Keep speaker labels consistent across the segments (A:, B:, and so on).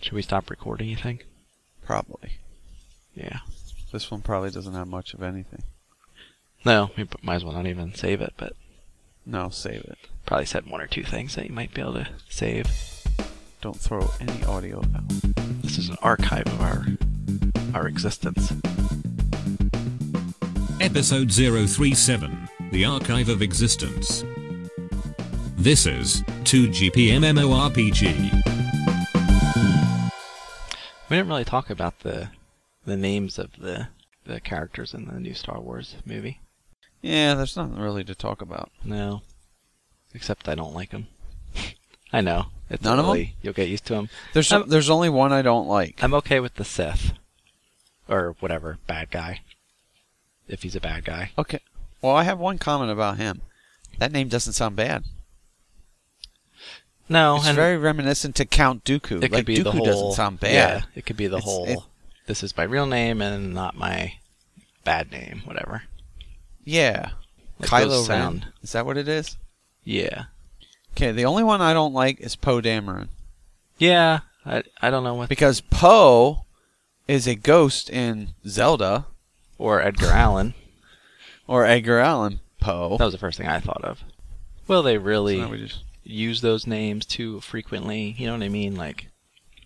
A: Should we stop recording, you think?
B: Probably.
A: Yeah.
B: This one probably doesn't have much of anything.
A: No, we p- might as well not even save it, but
B: No, save it.
A: probably said one or two things that you might be able to save.
B: Don't throw any audio out.
A: This is an archive of our our existence.
C: Episode 037 The Archive of Existence. This is 2GPMMORPG.
A: We didn't really talk about the the names of the the characters in the new Star Wars movie.
B: Yeah, there's nothing really to talk about.
A: No, except I don't like them. I know it's
B: None of 'em?
A: really- You'll get used to them.
B: There's
A: Um,
B: there's only one I don't like.
A: I'm okay with the Sith or whatever bad guy, if he's a bad guy.
B: Okay. Well, I have one comment about him. That name doesn't sound bad.
A: No,
B: it's
A: and
B: very reminiscent to Count Dooku.
A: it could
B: like
A: be
B: Dooku
A: the whole.
B: doesn't sound bad.
A: Yeah, it could be the
B: It's-
A: whole.
B: it-
A: this is my real name and not my bad name, whatever.
B: Yeah.
A: Like
B: Kylo
A: those sound.
B: Ren. Is that what it is?
A: Yeah,
B: Okay, the only one I don't like is Poe Dameron.
A: yeah. I I don't know what
B: Because Poe is a ghost in Zelda
A: or Edgar Allan.
B: or Edgar Allan Poe.
A: That was the first thing I thought of. Will they
B: So
A: really
B: now we just-
A: use those names too frequently? You know what I mean? Like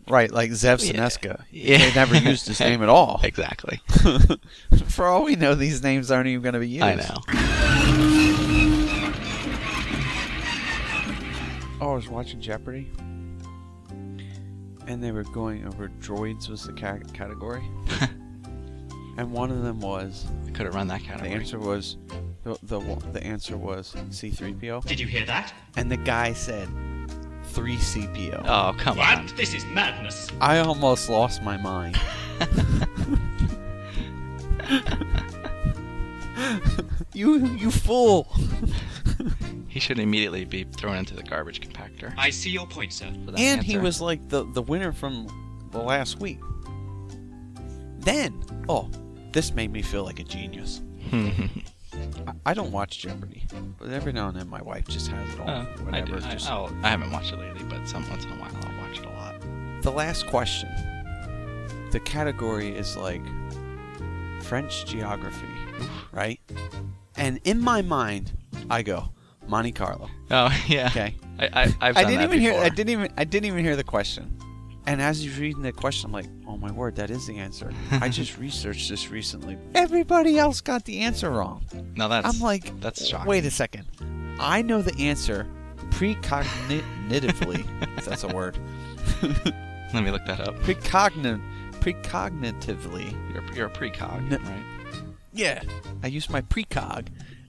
B: Right, like Zev
A: Yeah.
B: Sineska.
A: Yeah.
B: They never used his name at all.
A: exactly.
B: For all we know, these names aren't even going to be used.
A: I know.
B: Oh, I was watching Jeopardy, and they were going over droids was the ca- category, and one of them was
A: I could have run that
B: the
A: category.
B: answer was the the, one- the answer was C3PO,
D: Did you hear that?
B: and the guy said 3CPO.
A: Oh come on!
D: This is madness.
B: I almost lost my mind. you you fool!
A: He should immediately be thrown into the garbage compactor.
D: I see your point, sir.
A: for that
B: and he
A: answer.
B: was like the the winner from the last week. Then, oh, this made me feel like a genius.
A: Uh,
B: I, I don't watch Jeopardy, but every now and then my wife just has it on.
A: Oh, I, do.
B: whatever.
A: I,
B: just-
A: I'll- I haven't watched it lately, but some once in a while I'll watch it a lot.
B: The last question. The category is like French geography, right? And in my mind, I go Monte Carlo.
A: Oh yeah.
B: Okay.
A: I, I, I've done
B: I didn't
A: that
B: even hear.
A: before.
B: I didn't even. I didn't even hear the question. And as you're reading the question, I'm like, oh my word, that is the answer. I just researched this recently. Everybody else got the answer wrong.
A: No, that's
B: I'm like,
A: that's shocking.
B: Wait a second. I know the answer precognitively. if that's a word.
A: Let me look that up.
B: Precogni- precognitively.
A: You're you're a precog,
B: No.
A: right?
B: Yeah. I use my precog,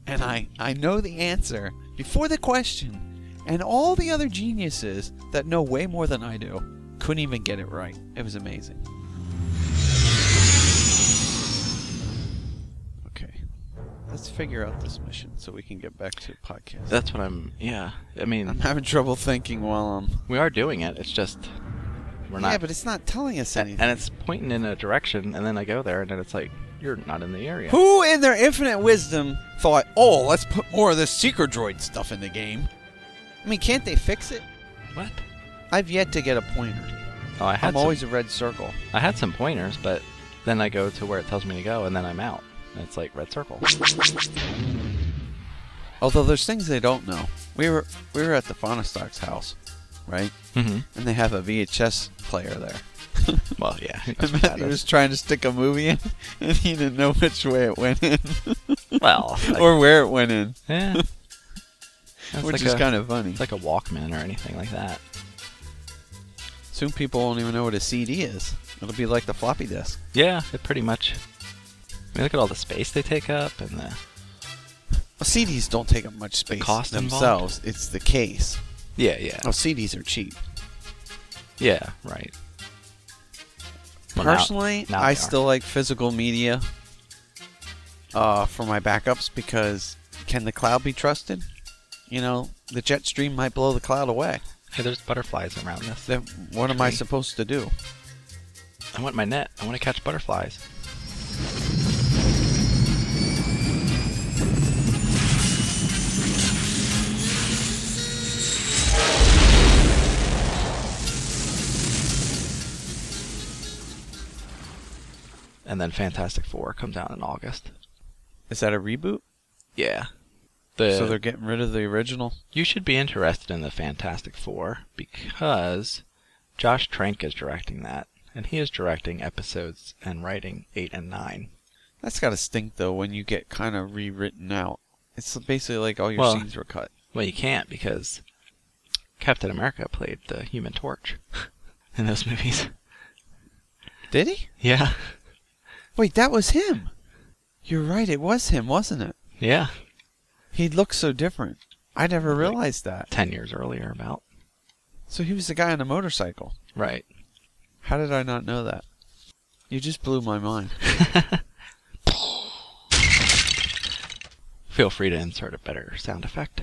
B: and I I know the answer before the question, and all the other geniuses that know way more than I do couldn't even get it right. It was amazing. Okay. Let's figure out this mission so we can get back to the podcast.
A: That's what I'm. Yeah. I
B: I'm
A: mean,
B: having trouble thinking while I'm.
A: we are doing it. It's just we're not.
B: Yeah, but it's not telling us anything.
A: and it's pointing in a direction, and then I go there, and then it's like you're not in the area.
B: Who in their infinite wisdom thought, oh, let's put more of this Seeker Droid stuff in the game? I mean, can't they fix it?
A: What?
B: I've yet to get a pointer.
A: Oh, I had
B: I'm
A: some,
B: always a red circle.
A: I had some pointers, but then I go to where it tells me to go, and then I'm out. And it's like red circle.
B: Although there's things they don't know. We were we were at the Fonastock's house, right?
A: Mm-hmm.
B: And they have a VHS player there.
A: Well, yeah. that's
B: And
A: what that
B: Matthew was
A: is.
B: trying to stick a movie in, and he didn't know which way it went in
A: Well, like,
B: or where it went in,
A: yeah. That's
B: which
A: like
B: is
A: a-
B: kind of funny.
A: It's like a Walkman or anything like that.
B: Soon people won't even know what a CD is. It'll be like the floppy disk.
A: Yeah, it pretty much. I mean, look at all the space they take up and the.
B: Well, CDs don't take up much space
A: cost
B: themselves. It's the case.
A: Yeah, yeah,
B: Oh, CDs are cheap.
A: yeah. Right. Well, now-
B: Personally,
A: now
B: I
A: they are.
B: still like physical media uh, for my backups because can the cloud be trusted? You know, the jet stream might blow the cloud away.
A: Hey, there's butterflies around this.
B: Then what am I
A: Tree.
B: supposed to do?
A: I want my net. I want to catch butterflies. and then Fantastic Four comes out in August.
B: Is that a reboot?
A: Yeah. The,
B: So they're getting rid of the original.
A: you should be interested in the Fantastic Four because Josh Trank is directing that, and he is directing episodes and writing eight and nine.
B: That's gotta stink though when you get kind of rewritten out. It's basically like all your
A: Well-
B: scenes were cut.
A: Well, you can't because Captain America played the Human Torch in those movies.
B: Did he?
A: Yeah,
B: Wait, that was him. You're right. It was him, wasn't it?
A: yeah.
B: He looked so different. I never realized that.
A: Ten years earlier, about
B: So he was the guy on a motorcycle.
A: right.
B: How did I not know that? You just blew my mind.
A: Feel free to insert a better sound effect.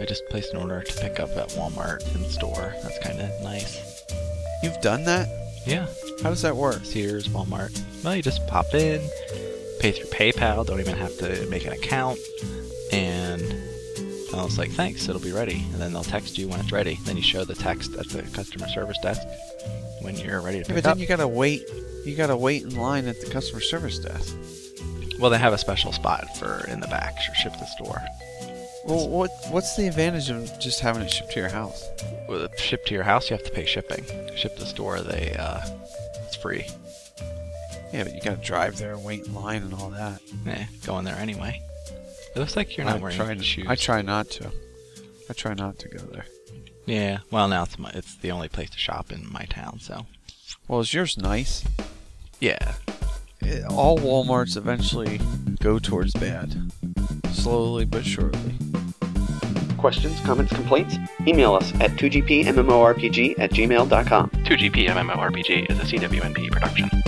A: I just placed an order to pick up at Walmart in store. That's kind of nice.
B: You've done that?
A: Yeah.
B: How does that work?
A: Sears, Walmart. Well, you just pop in, pay through PayPal, don't even have to make an account, and I was like, thanks, it'll be ready. And then they'll text you when it's ready. Then you show the text at the customer service desk when you're ready to
B: Yeah,
A: pick
B: but
A: up.
B: then you gotta wait. You gotta wait in line at the customer service desk.
A: Well, they have a special spot for in the back, sh- ship to store.
B: Well, what what's the advantage of just having it shipped to your house?
A: With it shipped to your house, you have to pay shipping. Ship to store, they uh, it's free.
B: Yeah, but you gotta drive there and wait in line and all that.
A: Eh, go in there anyway. It looks like you're not
B: I
A: wearing
B: try to,
A: shoes.
B: I try not to. I try not to go there.
A: Yeah. Well, now it's my, it's the only place to shop in my town, so
B: Well, is yours nice?
A: yeah.
B: It- all Walmarts eventually go towards bad, slowly but surely.
E: Questions, comments, complaints? Email us at 2gpmmorpg at gmail.com.
A: 2GP MMORPG is a CWNP production.